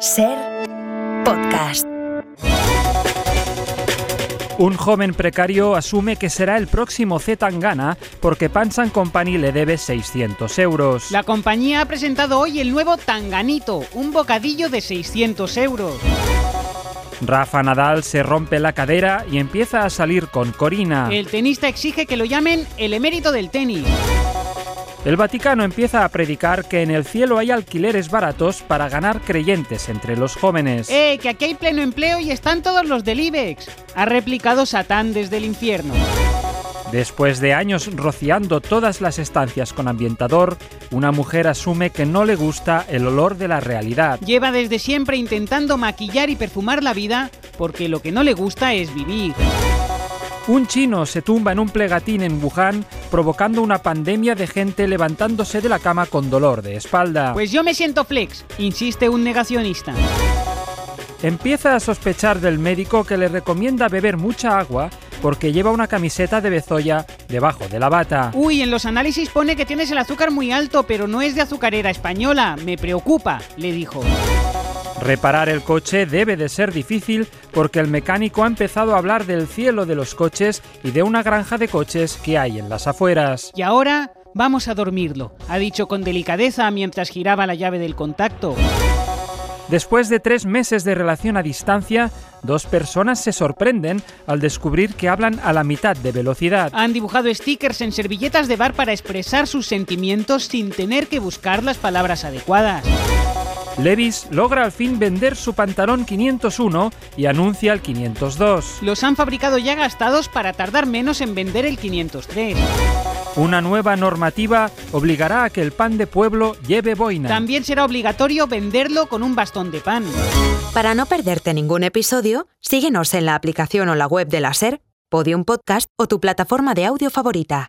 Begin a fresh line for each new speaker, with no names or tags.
Ser podcast.
Un joven precario asume que será el próximo Zetangana porque Pansan Company le debe 600 euros.
La compañía ha presentado hoy el nuevo Tanganito, un bocadillo de 600 euros.
Rafa Nadal se rompe la cadera y empieza a salir con Corina.
El tenista exige que lo llamen el emérito del tenis.
El Vaticano empieza a predicar que en el cielo hay alquileres baratos para ganar creyentes entre los jóvenes.
¡Eh, que aquí hay pleno empleo y están todos los del IBEX! Ha replicado Satán desde el infierno.
Después de años rociando todas las estancias con ambientador, una mujer asume que no le gusta el olor de la realidad.
Lleva desde siempre intentando maquillar y perfumar la vida porque lo que no le gusta es vivir.
Un chino se tumba en un plegatín en Wuhan, provocando una pandemia de gente levantándose de la cama con dolor de espalda.
Pues yo me siento flex, insiste un negacionista.
Empieza a sospechar del médico que le recomienda beber mucha agua porque lleva una camiseta de bezoya debajo de la bata.
Uy, en los análisis pone que tienes el azúcar muy alto, pero no es de azucarera española. Me preocupa, le dijo.
Reparar el coche debe de ser difícil porque el mecánico ha empezado a hablar del cielo de los coches y de una granja de coches que hay en las afueras.
Y ahora vamos a dormirlo, ha dicho con delicadeza mientras giraba la llave del contacto.
Después de tres meses de relación a distancia, dos personas se sorprenden al descubrir que hablan a la mitad de velocidad.
Han dibujado stickers en servilletas de bar para expresar sus sentimientos sin tener que buscar las palabras adecuadas.
Levis logra al fin vender su pantalón 501 y anuncia el 502.
Los han fabricado ya gastados para tardar menos en vender el 503.
Una nueva normativa obligará a que el pan de pueblo lleve boina.
También será obligatorio venderlo con un bastón de pan.
Para no perderte ningún episodio, síguenos en la aplicación o la web de la SER, Podium Podcast o tu plataforma de audio favorita.